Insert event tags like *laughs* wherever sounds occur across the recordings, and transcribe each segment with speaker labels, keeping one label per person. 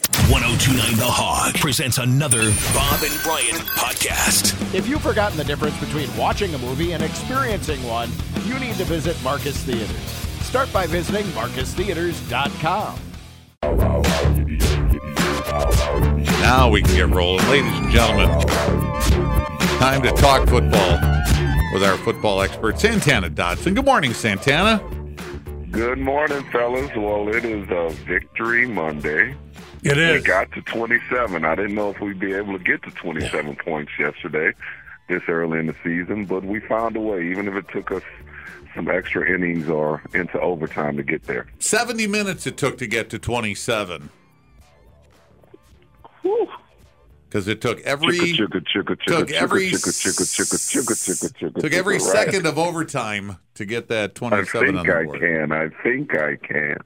Speaker 1: 1029 The Hog presents another Bob and Brian podcast.
Speaker 2: If you've forgotten the difference between watching a movie and experiencing one, you need to visit Marcus Theaters. Start by visiting marcustheaters.com.
Speaker 3: Now we can get rolling. Ladies and gentlemen, time to talk football with our football expert, Santana Dodson. Good morning, Santana.
Speaker 4: Good morning, fellas. Well, it is a victory Monday.
Speaker 5: It
Speaker 4: We
Speaker 5: is.
Speaker 4: got to 27. I didn't know if we'd be able to get to 27 points yesterday, this early in the season, but we found a way, even if it took us some extra innings or into overtime to get there.
Speaker 3: 70 minutes it took to get to 27
Speaker 4: Whew.
Speaker 3: because it took every
Speaker 4: Chicka, chicka, chicka, chicka,
Speaker 3: took
Speaker 4: chicka,
Speaker 3: every-
Speaker 4: chicka, chicka, chicka, chicka, chicka, chicka,
Speaker 3: took every
Speaker 4: right.
Speaker 3: second of overtime to get that
Speaker 4: I
Speaker 3: 27 on
Speaker 4: think
Speaker 3: the
Speaker 4: I
Speaker 3: board.
Speaker 4: can. I think I can.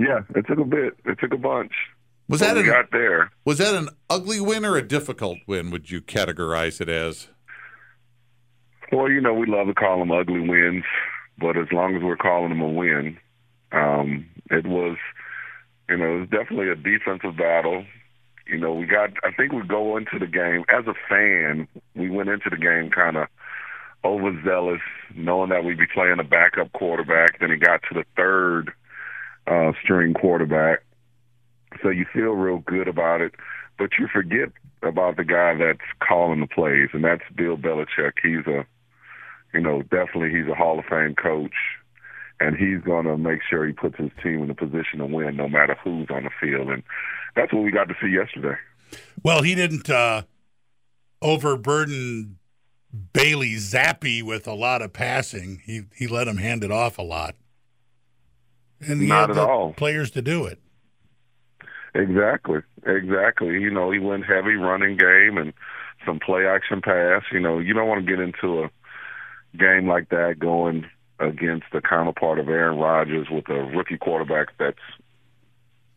Speaker 4: Yeah, it took a bit. It took a bunch.
Speaker 3: Was
Speaker 4: But
Speaker 3: that
Speaker 4: we
Speaker 3: an
Speaker 4: got there.
Speaker 3: was that an ugly win or a difficult win? Would you categorize it as?
Speaker 4: Well, you know, we love to call them ugly wins, but as long as we're calling them a win, um, it was, you know, it was definitely a defensive battle. You know, we got, I think we go into the game, as a fan, we went into the game kind of overzealous, knowing that we'd be playing a backup quarterback. Then it got to the third uh, string quarterback. So you feel real good about it, but you forget about the guy that's calling the plays, and that's Bill Belichick. He's a, you know, definitely he's a Hall of Fame coach, and he's going to make sure he puts his team in a position to win no matter who's on the field. And that's what we got to see yesterday.
Speaker 5: Well, he didn't uh, overburden Bailey Zappi with a lot of passing. He he let him hand it off a lot, and he
Speaker 4: Not
Speaker 5: had
Speaker 4: at
Speaker 5: the
Speaker 4: all.
Speaker 5: players to do it.
Speaker 4: Exactly, exactly. You know, he went heavy running game and some play action pass. You know, you don't want to get into a game like that going against the counterpart of Aaron Rodgers with a rookie quarterback that's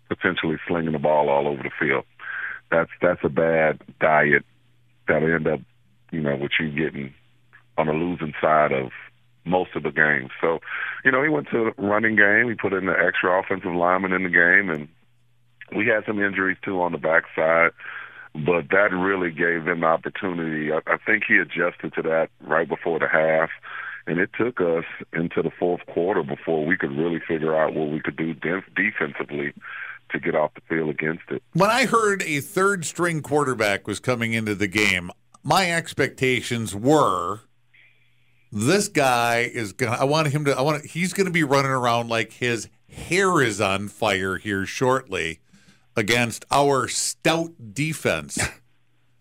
Speaker 4: potentially slinging the ball all over the field. That's that's a bad diet that'll end up, you know, with you getting on the losing side of most of the game. So, you know, he went to the running game. He put in the extra offensive lineman in the game, and we had some injuries too on the backside, but that really gave them the opportunity. I, I think he adjusted to that right before the half, and it took us into the fourth quarter before we could really figure out what we could do def- defensively to get off the field against it.
Speaker 3: When I heard a third string quarterback was coming into the game, my expectations were this guy is going to I want him to I want he's going to be running around like his hair is on fire here shortly against our stout defense.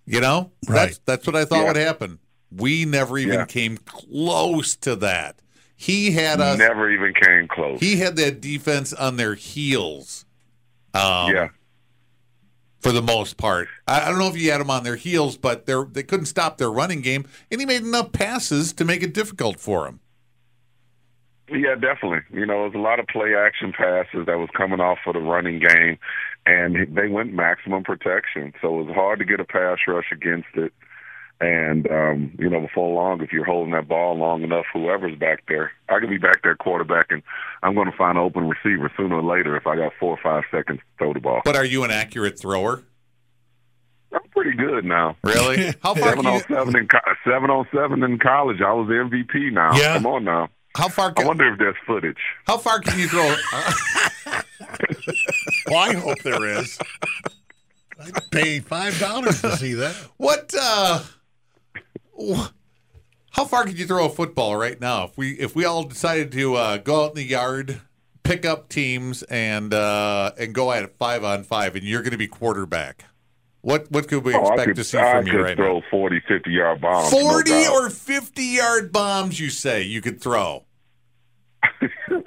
Speaker 3: You
Speaker 4: *laughs*
Speaker 3: know? That's
Speaker 5: Right.
Speaker 3: that's what I thought
Speaker 4: Yeah.
Speaker 3: would happen. We never even
Speaker 4: Yeah.
Speaker 3: came close to that. He had us
Speaker 4: Never even came close.
Speaker 3: he had that defense on their heels. Um,
Speaker 4: yeah.
Speaker 3: for the most part. I, I don't know if you had them on their heels, but they're, they couldn't stop their running game, and he made enough passes to make it difficult for him.
Speaker 4: Yeah, definitely. You know, it was a lot of play action passes that was coming off of the running game, and they went maximum protection. So it was hard to get a pass rush against it. And, um, you know, before long, if you're holding that ball long enough, whoever's back there, I could be back there quarterback, and I'm going to find an open receiver sooner or later if I got four or five seconds to throw the ball.
Speaker 3: But are you an accurate thrower?
Speaker 4: I'm pretty good now.
Speaker 3: Really? How far
Speaker 4: Seven
Speaker 3: can you,
Speaker 4: on seven in co- seven on seven in college. I was the MVP now.
Speaker 5: Yeah.
Speaker 4: Come on now.
Speaker 3: how far
Speaker 4: I
Speaker 3: can
Speaker 4: wonder if there's footage.
Speaker 3: how far can you throw? *laughs*
Speaker 5: Well, I hope there is. I'd pay five dollars to see that.
Speaker 3: what? Uh, wh- how far can you throw a football right now? If we if we all decided to uh, go out in the yard, pick up teams, and uh, and go at it five on five, and you're going to be quarterback, what what could we
Speaker 4: Oh,
Speaker 3: expect
Speaker 4: I could,
Speaker 3: to see
Speaker 4: I
Speaker 3: from
Speaker 4: could
Speaker 3: you right now?
Speaker 4: throw forty, fifty 40, 50 yard bombs. no
Speaker 3: 40
Speaker 4: doubt.
Speaker 3: or 50 yard bombs, you say, you could throw.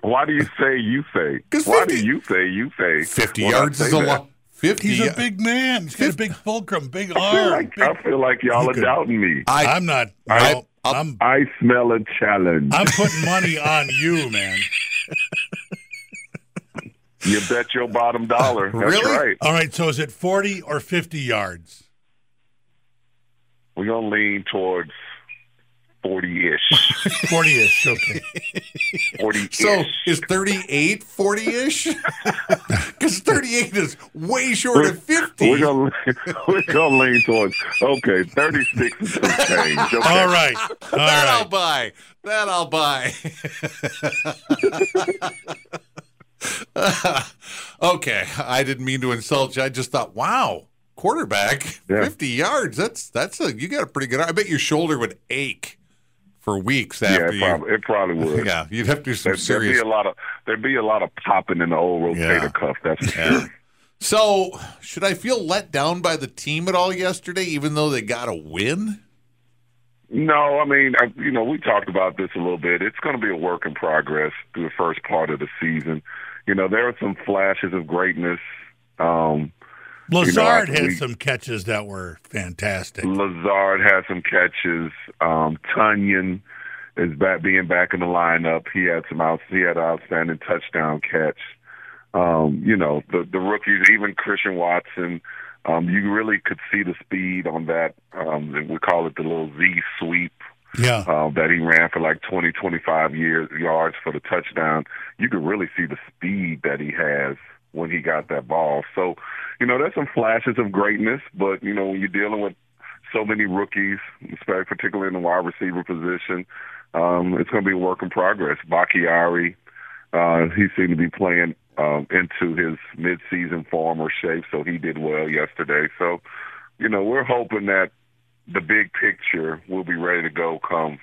Speaker 4: Why do you say you say?
Speaker 3: 'Cause
Speaker 4: Why
Speaker 3: 50
Speaker 4: do you say you say?
Speaker 3: 50
Speaker 4: when I
Speaker 3: yards
Speaker 4: say
Speaker 3: is a
Speaker 4: that?
Speaker 3: lot. 50
Speaker 5: *laughs* He's a
Speaker 3: y-
Speaker 5: big man. He's got a big fulcrum, big
Speaker 4: I feel,
Speaker 5: arm.
Speaker 4: like,
Speaker 5: big-
Speaker 4: I feel like y'all are
Speaker 5: could-
Speaker 4: doubting me. I,
Speaker 5: I'm not.
Speaker 3: I-
Speaker 5: no,
Speaker 3: I'll-
Speaker 5: I'm.
Speaker 4: smell a challenge.
Speaker 5: I'm putting money on you, man.
Speaker 4: you bet your bottom
Speaker 3: *laughs*
Speaker 4: dollar. That's
Speaker 3: Really?
Speaker 4: right.
Speaker 5: All right. So is it forty or fifty yards?
Speaker 4: We're gonna lean towards
Speaker 3: *laughs*
Speaker 4: 40 ish.
Speaker 5: 40 ish. Okay.
Speaker 4: 40 ish.
Speaker 3: So is 38 40
Speaker 4: *laughs*
Speaker 3: *laughs* ish? Because 38 is way short of 50.
Speaker 4: We're gonna *laughs* we're gonna lean towards okay, thirty six is some
Speaker 3: *laughs*
Speaker 4: change. Okay. *laughs*
Speaker 5: All right. All
Speaker 3: that I'll
Speaker 5: right.
Speaker 3: buy. That I'll buy. *laughs* okay, I didn't mean to insult you. I just thought, wow, quarterback,
Speaker 4: Yeah.
Speaker 3: fifty yards. That's that's a you got a pretty good. I bet your shoulder would ache for weeks
Speaker 4: Yeah,
Speaker 3: after
Speaker 4: it probably it probably
Speaker 3: you.
Speaker 4: would.
Speaker 3: Yeah, you'd have to do some
Speaker 4: There, would be
Speaker 3: serious.
Speaker 4: a lot of there'd be a lot of popping in the old rotator
Speaker 3: Yeah.
Speaker 4: cuff. That's for
Speaker 3: Yeah.
Speaker 4: sure.
Speaker 3: So, should I feel let down by the team at all yesterday, even though they got a win?
Speaker 4: No, I mean, I, you know, we talked about this a little bit. It's going to be a work in progress through the first part of the season. You know, there are some flashes of greatness. Um,
Speaker 5: Lazard
Speaker 4: I-
Speaker 5: had
Speaker 4: we-
Speaker 5: some catches that were fantastic.
Speaker 4: Lazard had some catches. Um, Tunyon is back being back in the lineup. He had some out, he had an outstanding touchdown catch. Um, you know, the the rookies, even Christian Watson, um, you really could see the speed on that. Um, we call it the little Z sweep
Speaker 5: Yeah.
Speaker 4: um, that he ran for like 20, 25 years, yards for the touchdown. You could really see the speed that he has when he got that ball. So, you know, there's some flashes of greatness, but, you know, when you're dealing with so many rookies, especially particularly in the wide receiver position, um, it's going to be a work in progress. Bakiari, uh, he seemed to be playing um, into his midseason form or shape, so he did well yesterday. So, you know, we're hoping that the big picture will be ready to go come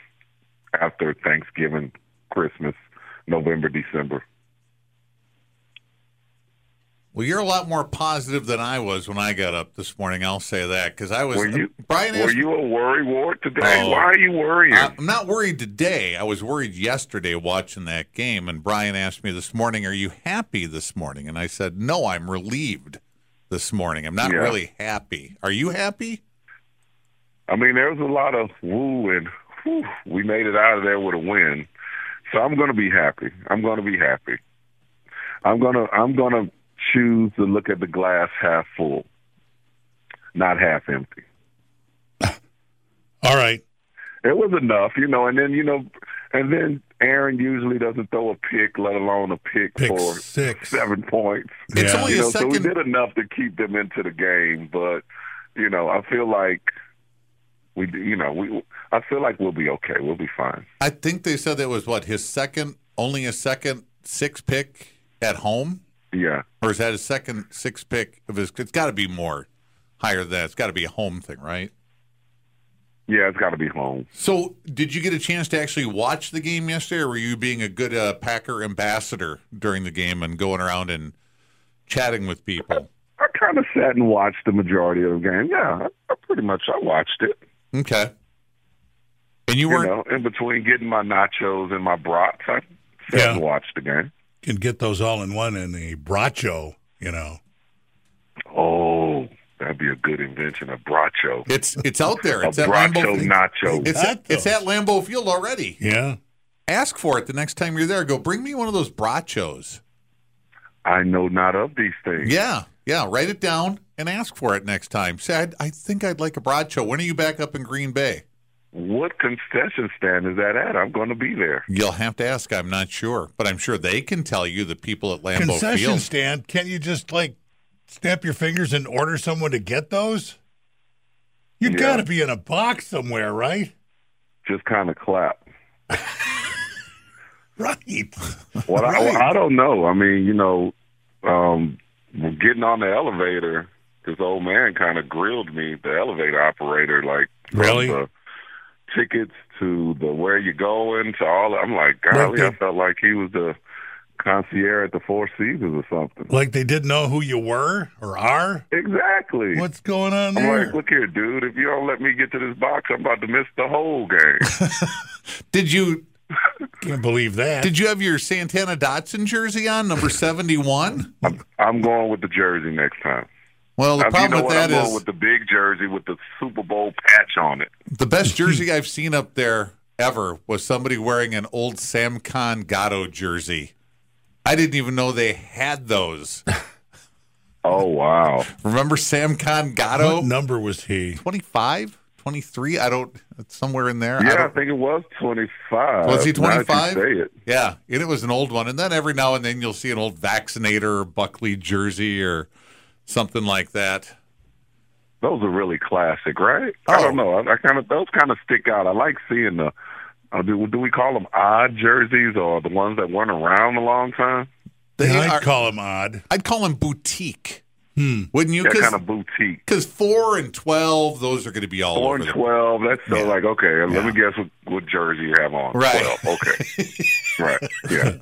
Speaker 4: after Thanksgiving, Christmas, November, December.
Speaker 3: Well, you're a lot more positive than I was when I got up this morning. I'll say that because I was.
Speaker 4: Were you
Speaker 3: Brian
Speaker 4: were
Speaker 3: asked
Speaker 4: you a worry ward today?
Speaker 3: Oh.
Speaker 4: Why are you worrying?
Speaker 3: I- I'm not worried today. I was worried yesterday watching that game, and Brian asked me this morning, "Are you happy this morning?" And I said, "No, I'm relieved this morning. I'm not
Speaker 4: Yeah.
Speaker 3: really happy. Are you happy?"
Speaker 4: I mean, there was a lot of woo and whew, we made it out of there with a win. So I'm going to be happy. I'm going to be happy. I'm going to I'm going to choose to look at the glass half full, not half empty.
Speaker 5: All right.
Speaker 4: It was enough, you know. And then you know, and then Aaron usually doesn't throw a pick, let alone a pick,
Speaker 5: Pick
Speaker 4: for
Speaker 5: six.
Speaker 4: seven points.
Speaker 3: It's
Speaker 5: Yeah.
Speaker 3: only
Speaker 4: You
Speaker 3: a
Speaker 4: know, so we
Speaker 3: Oh, second.
Speaker 4: did enough to keep them into the game, but you know, I feel like we, you know, we, I feel like we'll be okay. We'll be fine.
Speaker 3: I think they said that was what his second, only a second six pick at home,
Speaker 4: Yeah,
Speaker 3: or is that his second six pick of his? It's got to be more higher than that. It's got to be a home thing, right?
Speaker 4: yeah, it's got to be home.
Speaker 3: So, did you get a chance to actually watch the game yesterday, or were you being a good uh, Packer ambassador during the game and going around and chatting with people?
Speaker 4: I kind of sat and watched the majority of the game. Yeah, I, I pretty much I watched it.
Speaker 3: Okay. And you
Speaker 4: You
Speaker 3: weren't
Speaker 4: know, in between getting my nachos and my brats, I sat
Speaker 5: Yeah.
Speaker 4: and watched the game.
Speaker 5: Can get those all in one in a bracho, you know.
Speaker 4: Oh, that'd be a good invention, a bracho.
Speaker 3: it's it's out there.
Speaker 4: a
Speaker 3: It's at
Speaker 4: bracho
Speaker 3: Lambeau.
Speaker 4: nacho.
Speaker 3: It's at, it's at Lambeau Field already.
Speaker 5: Yeah.
Speaker 3: Ask for it the next time you're there. Go bring me one of those brachos.
Speaker 4: I know not of these things.
Speaker 3: Yeah, yeah. Write it down and ask for it next time. Say, I'd, I think I'd like a bracho. When are you back up in Green Bay?
Speaker 4: What concession stand is that at? I'm going to be there.
Speaker 3: You'll have to ask. I'm not sure, but I'm sure they can tell you. The people at Lambeau
Speaker 5: Concession
Speaker 3: Field.
Speaker 5: stand. Can't you just like snap your fingers and order someone to get those? You've
Speaker 4: Yeah.
Speaker 5: got to be in a box somewhere, right?
Speaker 4: Just kind of clap.
Speaker 5: Right. *laughs*
Speaker 4: Well,
Speaker 5: Right.
Speaker 4: I, I don't know. I mean, you know, um, getting on the elevator, this old man kind of grilled me, the elevator operator, like from
Speaker 5: Really?
Speaker 4: the tickets to the where you going to all. I'm like, golly,
Speaker 5: the-
Speaker 4: I felt like he was the concierge at the Four Seasons or something.
Speaker 5: Like they didn't know who you were or are?
Speaker 4: Exactly.
Speaker 5: What's going on
Speaker 4: I'm
Speaker 5: there?
Speaker 4: like, look here, dude. If you don't let me get to this box, I'm about to miss the whole game.
Speaker 3: *laughs* Did you
Speaker 5: Can't believe that.
Speaker 3: did you have your Santana Dotson jersey on number *laughs* seventy one?
Speaker 4: I'm going with the jersey next time.
Speaker 3: Well, the
Speaker 4: I, you know
Speaker 3: problem with
Speaker 4: what?
Speaker 3: that
Speaker 4: I'm
Speaker 3: is
Speaker 4: going with the big jersey with the Super Bowl patch on it.
Speaker 3: the
Speaker 4: *laughs*
Speaker 3: best jersey I've seen up there ever was somebody wearing an old Sam Con Gatto jersey. I didn't even know they had those.
Speaker 4: Oh wow!
Speaker 3: Remember Sam Con
Speaker 5: what
Speaker 3: Gatto?
Speaker 5: number was he?
Speaker 3: 25? 23? I don't, it's somewhere in there. I
Speaker 4: Yeah, I,
Speaker 3: don't-
Speaker 4: think it was 25.
Speaker 3: Was he
Speaker 4: Now that you
Speaker 3: 25?
Speaker 4: say it.
Speaker 3: Yeah, and it was an old one. And then every now and then you'll see an old vaccinator or Buckley jersey or something like that.
Speaker 4: Those are really classic, right?
Speaker 3: Oh.
Speaker 4: I don't know. I, I kind of those kind of stick out. I like seeing the. Uh, do, do we call them odd jerseys or the ones that weren't around a long time?
Speaker 3: They
Speaker 5: Yeah, I'd
Speaker 3: are,
Speaker 5: call him odd.
Speaker 3: I'd call them boutique. Wouldn't you?
Speaker 4: That
Speaker 3: Because
Speaker 4: kind of boutique.
Speaker 3: four and 12, those are going to be all
Speaker 4: Four
Speaker 3: over
Speaker 4: and
Speaker 3: the-
Speaker 4: twelve. That's so
Speaker 3: Yeah.
Speaker 4: like okay.
Speaker 3: Yeah.
Speaker 4: Let me guess what, what jersey you have on.
Speaker 3: Right.
Speaker 4: 12.
Speaker 3: *laughs*
Speaker 4: Okay. right. Yeah.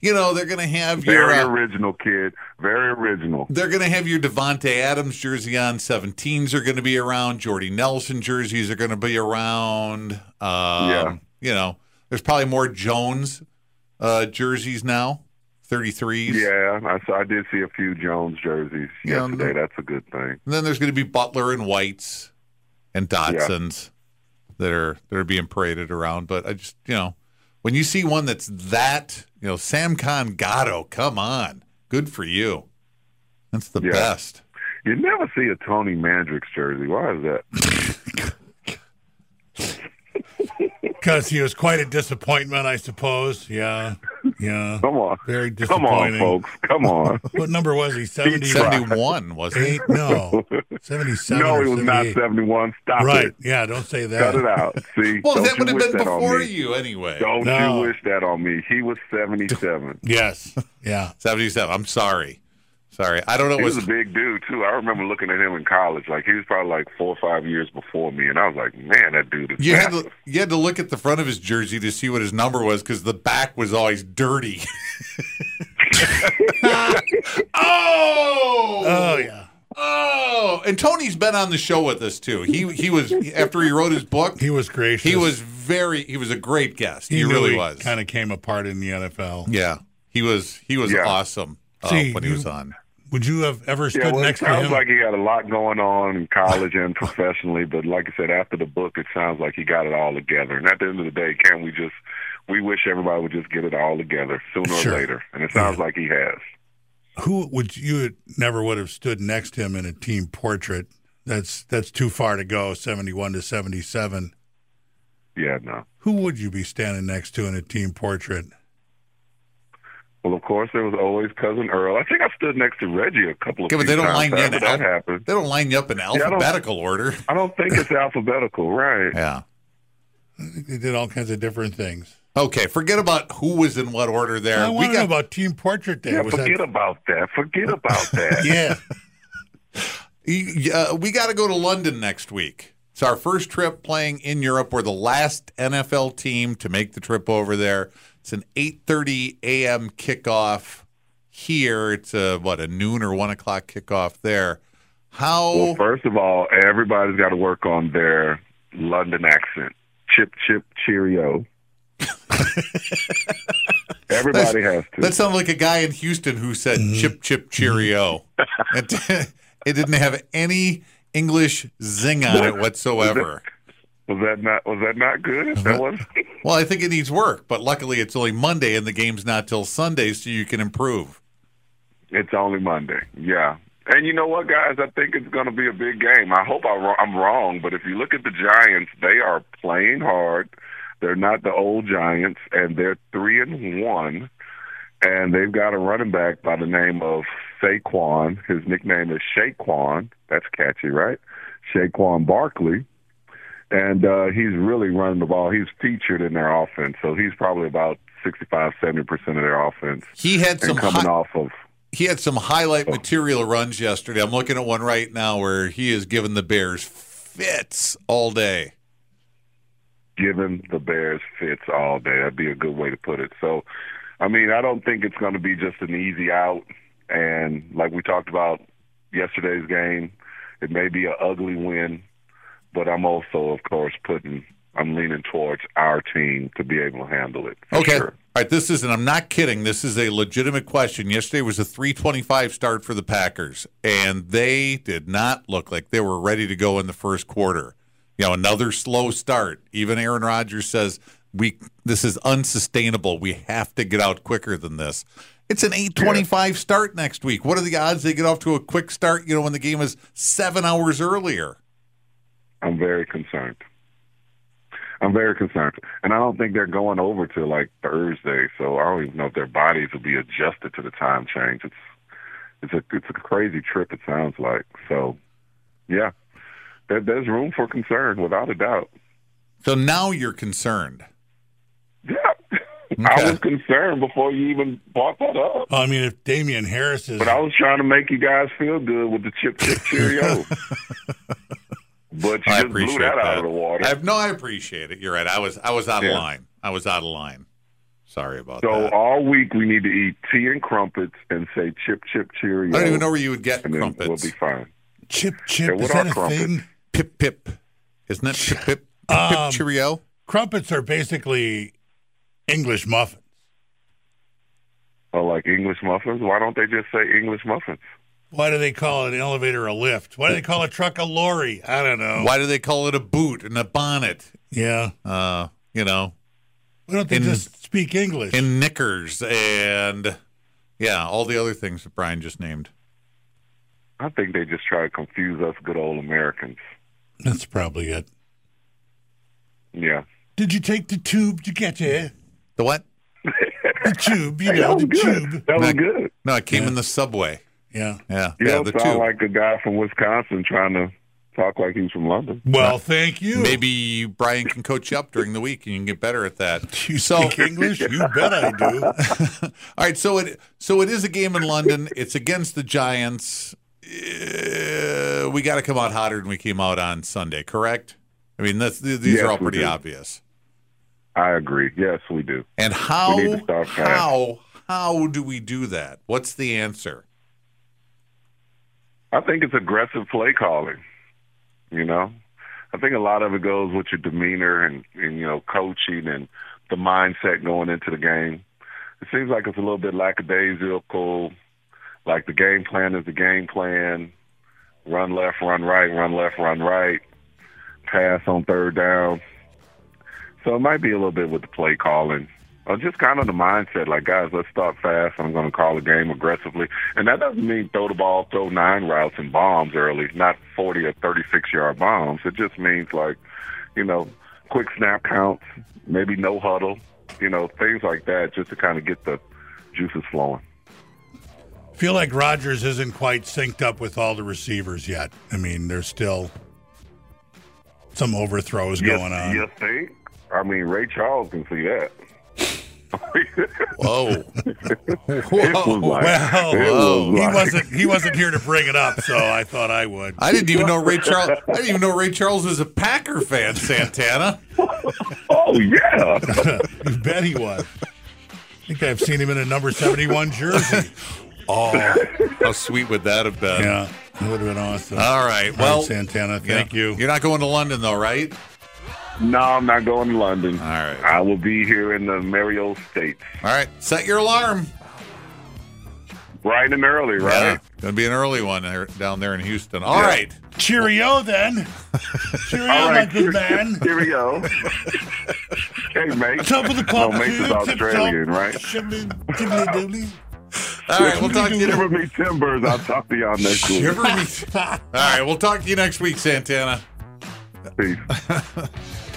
Speaker 3: You know, they're going to have your.
Speaker 4: Very
Speaker 3: uh,
Speaker 4: original, kid. Very original.
Speaker 3: They're going to have your Devonte Adams jersey on. 17s are going to be around. Jordy Nelson jerseys are going to be around. Um,
Speaker 4: Yeah.
Speaker 3: You know, there's probably more Jones uh, jerseys now, 33s.
Speaker 4: Yeah, I, saw, I did see a few Jones jerseys
Speaker 3: Yeah,
Speaker 4: yesterday.
Speaker 3: I'm-
Speaker 4: That's a good thing.
Speaker 3: And then there's going to be Butler and Whites and Dotsons that are that are being paraded around. But I just, you know, when you see one that's that, you know, Sam Con Gatto, come on. Good for you. That's the
Speaker 4: Yeah.
Speaker 3: best.
Speaker 4: You never see a Tony Mandrix jersey. Why
Speaker 3: *laughs*
Speaker 4: is that?
Speaker 5: Because he was quite a disappointment, I suppose. Yeah. Yeah.
Speaker 4: Come on.
Speaker 5: Very
Speaker 4: Come on,
Speaker 5: disappointing.
Speaker 4: folks. Come on.
Speaker 3: *laughs*
Speaker 5: What number was he? 78?
Speaker 3: 71, wasn't it?
Speaker 5: No. 77.
Speaker 4: no,
Speaker 5: or
Speaker 4: it was not
Speaker 5: 78.
Speaker 4: 71. Stop
Speaker 5: Right.
Speaker 4: it.
Speaker 5: Yeah, don't say that.
Speaker 4: Cut it out. See?
Speaker 3: *laughs* Well,
Speaker 4: Don't
Speaker 3: that
Speaker 4: you
Speaker 3: would have
Speaker 4: wish
Speaker 3: been
Speaker 4: that on
Speaker 3: before
Speaker 4: me.
Speaker 3: you anyway.
Speaker 4: Don't
Speaker 5: No.
Speaker 4: you wish that on me? He was 77.
Speaker 5: Yes.
Speaker 4: *laughs*
Speaker 5: Yeah.
Speaker 3: 77. I'm sorry. Sorry. I don't know
Speaker 4: He
Speaker 3: what's
Speaker 4: was a big dude, too. I remember looking at him in college. Like, he was probably like four or five years before me. And I was like, man, that dude is
Speaker 3: you had
Speaker 4: massive.
Speaker 3: to you had to look at the front of his jersey to see what his number was because the back was always dirty. *laughs* oh,
Speaker 5: Oh, yeah.
Speaker 3: oh! And Tony's been on the show with us too. He he was after he wrote his book.
Speaker 5: He was gracious.
Speaker 3: He was very he was a great guest. He,
Speaker 5: He
Speaker 3: really was.
Speaker 5: Kind of came apart in the NFL.
Speaker 3: yeah, he was he was
Speaker 4: Yeah.
Speaker 3: awesome uh,
Speaker 5: See,
Speaker 3: when he
Speaker 5: you-
Speaker 3: was on.
Speaker 5: Would you have ever stood
Speaker 4: Yeah, well,
Speaker 5: next
Speaker 4: it
Speaker 5: to
Speaker 4: sounds
Speaker 5: him?
Speaker 4: like he had a lot going on in
Speaker 3: *laughs*
Speaker 4: college and professionally, but like I said, after the book, it sounds like he got it all together. And at the end of the day, can we just, we wish everybody would just get it all together sooner
Speaker 5: Sure.
Speaker 4: or later. And it sounds like he has.
Speaker 5: Who would you never would have stood next to him in a team portrait? That's that's too far to go. Seventy-one to seventy-seven.
Speaker 4: Yeah, no.
Speaker 5: Who would you be standing next to in a team portrait?
Speaker 4: Well, of course, there was always Cousin Earl. I think I stood next to Reggie a couple of
Speaker 3: Yeah, but they
Speaker 4: few
Speaker 3: don't line
Speaker 4: times
Speaker 3: you in
Speaker 4: after that
Speaker 3: al-
Speaker 4: happened.
Speaker 3: They don't line you up in
Speaker 4: don't-
Speaker 3: alphabetical
Speaker 4: *laughs*
Speaker 3: order.
Speaker 4: I don't
Speaker 3: *laughs*
Speaker 4: think it's alphabetical, right?
Speaker 3: Yeah.
Speaker 5: I think they did all kinds of different things.
Speaker 3: Okay, forget about who was in what order there.
Speaker 5: I want to know about team portrait day.
Speaker 4: Yeah,
Speaker 5: Was that-
Speaker 4: forget about that. Forget about that.
Speaker 5: *laughs* yeah.
Speaker 3: Y- uh, we got to go to London next week. It's our first trip playing in Europe. We're the last NFL team to make the trip over there. It's an 8:30 a.m. kickoff here. It's a what a noon or one o'clock kickoff there. How?
Speaker 4: Well, first of all, everybody's got to work on their London accent. Chip, chip, cheerio. *laughs* Everybody has to.
Speaker 3: that sounded like a guy in Houston who said "chip chip
Speaker 4: *laughs*
Speaker 3: cheerio." it, *laughs* it didn't have any English zing on it
Speaker 4: *laughs*
Speaker 3: whatsoever.
Speaker 4: was that not? Was that not good? That was.
Speaker 3: Well, I think it needs work, but luckily it's only Monday and the game's not till Sunday, so you can improve.
Speaker 4: It's only Monday. Yeah. And you know what, guys? I think it's going to be a big game. I hope I wro- I'm wrong, but if you look at the Giants, they are playing hard. They're not the old Giants, and they're three and one. And they've got a running back by the name of Saquon. His nickname is Shaquan. That's catchy, right? Shaquan Barkley. And uh, he's really running the ball. He's featured in their offense, so he's probably about 65, 70% of their offense.
Speaker 3: He had some
Speaker 4: And coming
Speaker 3: hi-
Speaker 4: off Oh. of
Speaker 3: he had some highlight material runs yesterday. I'm looking at one right now where he is giving the Bears fits all day.
Speaker 4: giving the Bears fits all day. That'd be a good way to put it. So, I mean, I don't think it's going to be just an easy out. And like we talked about yesterday's game, it may be an ugly win, but I'm also, of course, putting, I'm leaning towards our team to be able to handle it. for
Speaker 3: Okay.
Speaker 4: sure.
Speaker 3: All right, this is, and I'm not kidding. This is a legitimate question. Yesterday was a 325 start for the Packers, and they did not look like they were ready to go in the first quarter. You know, another slow start. Even Aaron Rodgers says we this is unsustainable. We have to get out quicker than this. It's an 825 start next week. What are the odds they get off to a quick start? You know, when the game is seven hours earlier.
Speaker 4: I'm very concerned. I'm very concerned, and I don't think they're going over to like Thursday, so I don't even know if their bodies will be adjusted to the time change. It's it's a it's a crazy trip. It sounds like so. Yeah, there, there's room for concern without a doubt.
Speaker 3: So now you're concerned.
Speaker 4: Yeah, *laughs* I was concerned before you even brought that up.
Speaker 5: Well, I mean, if Damian Harris is
Speaker 4: But I was trying to make you guys feel good with the
Speaker 3: *laughs*
Speaker 4: chip chip cheerio. but you
Speaker 3: I
Speaker 4: just blew
Speaker 3: appreciate
Speaker 4: that, out
Speaker 3: that.
Speaker 4: of the water.
Speaker 3: I have, no, I appreciate it. You're right. I was I was out
Speaker 4: Yeah.
Speaker 3: of line. I was out of line. Sorry about
Speaker 4: so uh,
Speaker 3: that.
Speaker 4: all week we need to eat tea and crumpets and say chip chip cheerio.
Speaker 3: I don't even know where you would get
Speaker 4: and then we'll
Speaker 3: crumpets.
Speaker 4: be fine.
Speaker 5: chip chip,
Speaker 4: Yeah, what
Speaker 5: is that
Speaker 4: are
Speaker 5: a
Speaker 4: crumpets?
Speaker 5: thing?
Speaker 3: Pip pip. Isn't that pip pip? Pip,
Speaker 5: Um,
Speaker 3: pip Cheerio?
Speaker 5: Crumpets are basically English muffins.
Speaker 4: Or like English muffins. Why don't they just say English muffins?
Speaker 5: Why do they call it an elevator a lift? Why do they call a truck a lorry? I don't know.
Speaker 3: Why do they call it a boot and a bonnet?
Speaker 5: Yeah.
Speaker 3: Uh, you know,
Speaker 5: Why don't they
Speaker 3: In-
Speaker 5: just speak English?
Speaker 3: in knickers and yeah, all the other things that Brian just named.
Speaker 4: I think they just try to confuse us good old Americans.
Speaker 5: That's probably it.
Speaker 4: Yeah.
Speaker 5: Did you take the tube to get here?
Speaker 3: The what?
Speaker 5: The tube,
Speaker 4: *laughs*
Speaker 5: you
Speaker 4: Hey,
Speaker 5: know,
Speaker 4: that was
Speaker 5: the
Speaker 4: good.
Speaker 5: tube.
Speaker 4: That was
Speaker 3: Mac-
Speaker 4: good.
Speaker 3: No, it came
Speaker 5: Yeah.
Speaker 3: in the subway.
Speaker 5: Yeah.
Speaker 3: Yeah,
Speaker 4: You
Speaker 3: yeah,
Speaker 4: don't
Speaker 3: the
Speaker 4: sound
Speaker 3: two.
Speaker 4: like a guy from Wisconsin trying to talk like he's from London.
Speaker 5: Well, thank you.
Speaker 3: Maybe Brian can coach you up during the week, and you can get better at
Speaker 5: *laughs*
Speaker 3: that.
Speaker 5: you
Speaker 3: so-
Speaker 5: speak English. You bet I
Speaker 3: *laughs*
Speaker 5: do. *laughs*
Speaker 3: All right, so it so it is a game in London. It's against the Giants. Uh, we got to come out hotter than we came out on Sunday, correct? I mean, that's, th- these
Speaker 4: Yes,
Speaker 3: are all
Speaker 4: we
Speaker 3: pretty
Speaker 4: do.
Speaker 3: obvious.
Speaker 4: I agree. Yes, we do.
Speaker 3: And how
Speaker 4: need to stop that.
Speaker 3: how how do we do that? What's the answer?
Speaker 4: I think it's aggressive play calling. You know, I think a lot of it goes with your demeanor and, and you know coaching and the mindset going into the game. It seems like it's a little bit lackadaisical. Like the game plan is the game plan. Run left, run right, run left, run right. Pass on third down. So it might be a little bit with the play calling. Or just kind of the mindset, like guys, let's start fast. I'm going to call the game aggressively, and that doesn't mean throw the ball, throw nine routes and bombs early, not 40 or 36 yard bombs. It just means like, you know, quick snap counts, maybe no huddle, you know, things like that, just to kind of get the juices flowing.
Speaker 5: Feel like Rodgers isn't quite synced up with all the receivers yet. I mean, there's still some overthrows going on.
Speaker 4: You think? I mean, Ray Charles can see that.
Speaker 3: Whoa!
Speaker 4: It was like,
Speaker 5: Well,
Speaker 4: it
Speaker 3: whoa.
Speaker 4: was
Speaker 5: He
Speaker 4: like-
Speaker 5: wasn't. He wasn't here to bring it up, so I thought I would.
Speaker 3: I didn't even know Ray Charles. I didn't even know Ray Charles was a Packer fan. Santana.
Speaker 4: *laughs* Oh yeah.
Speaker 5: *laughs* You bet he was. I think I've seen him in a number seventy-one jersey.
Speaker 3: *laughs* Oh, how sweet would that have been?
Speaker 5: Yeah, that would have been awesome.
Speaker 3: All right.
Speaker 5: All right,
Speaker 3: Well,
Speaker 5: Santana,
Speaker 3: yeah.
Speaker 5: thank you.
Speaker 3: You're not going to London though, right?
Speaker 4: No, I'm not going to London.
Speaker 3: All right.
Speaker 4: I will be here in the merry old states,
Speaker 3: All right. Set your alarm.
Speaker 4: bright and early, right?
Speaker 3: Gonna be an early one there- down there in Houston. All
Speaker 4: Yeah.
Speaker 3: right.
Speaker 5: Cheerio then. Cheerio,
Speaker 4: All
Speaker 5: my
Speaker 4: right,
Speaker 5: good man.
Speaker 4: *laughs* Here we go.
Speaker 5: *laughs*
Speaker 4: hey, mate.
Speaker 5: Top of the
Speaker 4: No,
Speaker 5: club.
Speaker 4: mate is Australian, right?
Speaker 5: right?
Speaker 3: All right. We'll talk to
Speaker 4: *laughs*
Speaker 3: you.
Speaker 4: Give me timbers. I'll talk to y'all next
Speaker 3: *laughs*
Speaker 4: week.
Speaker 3: Shiver me. All right. We'll talk to you next week, Santana.
Speaker 4: Peace.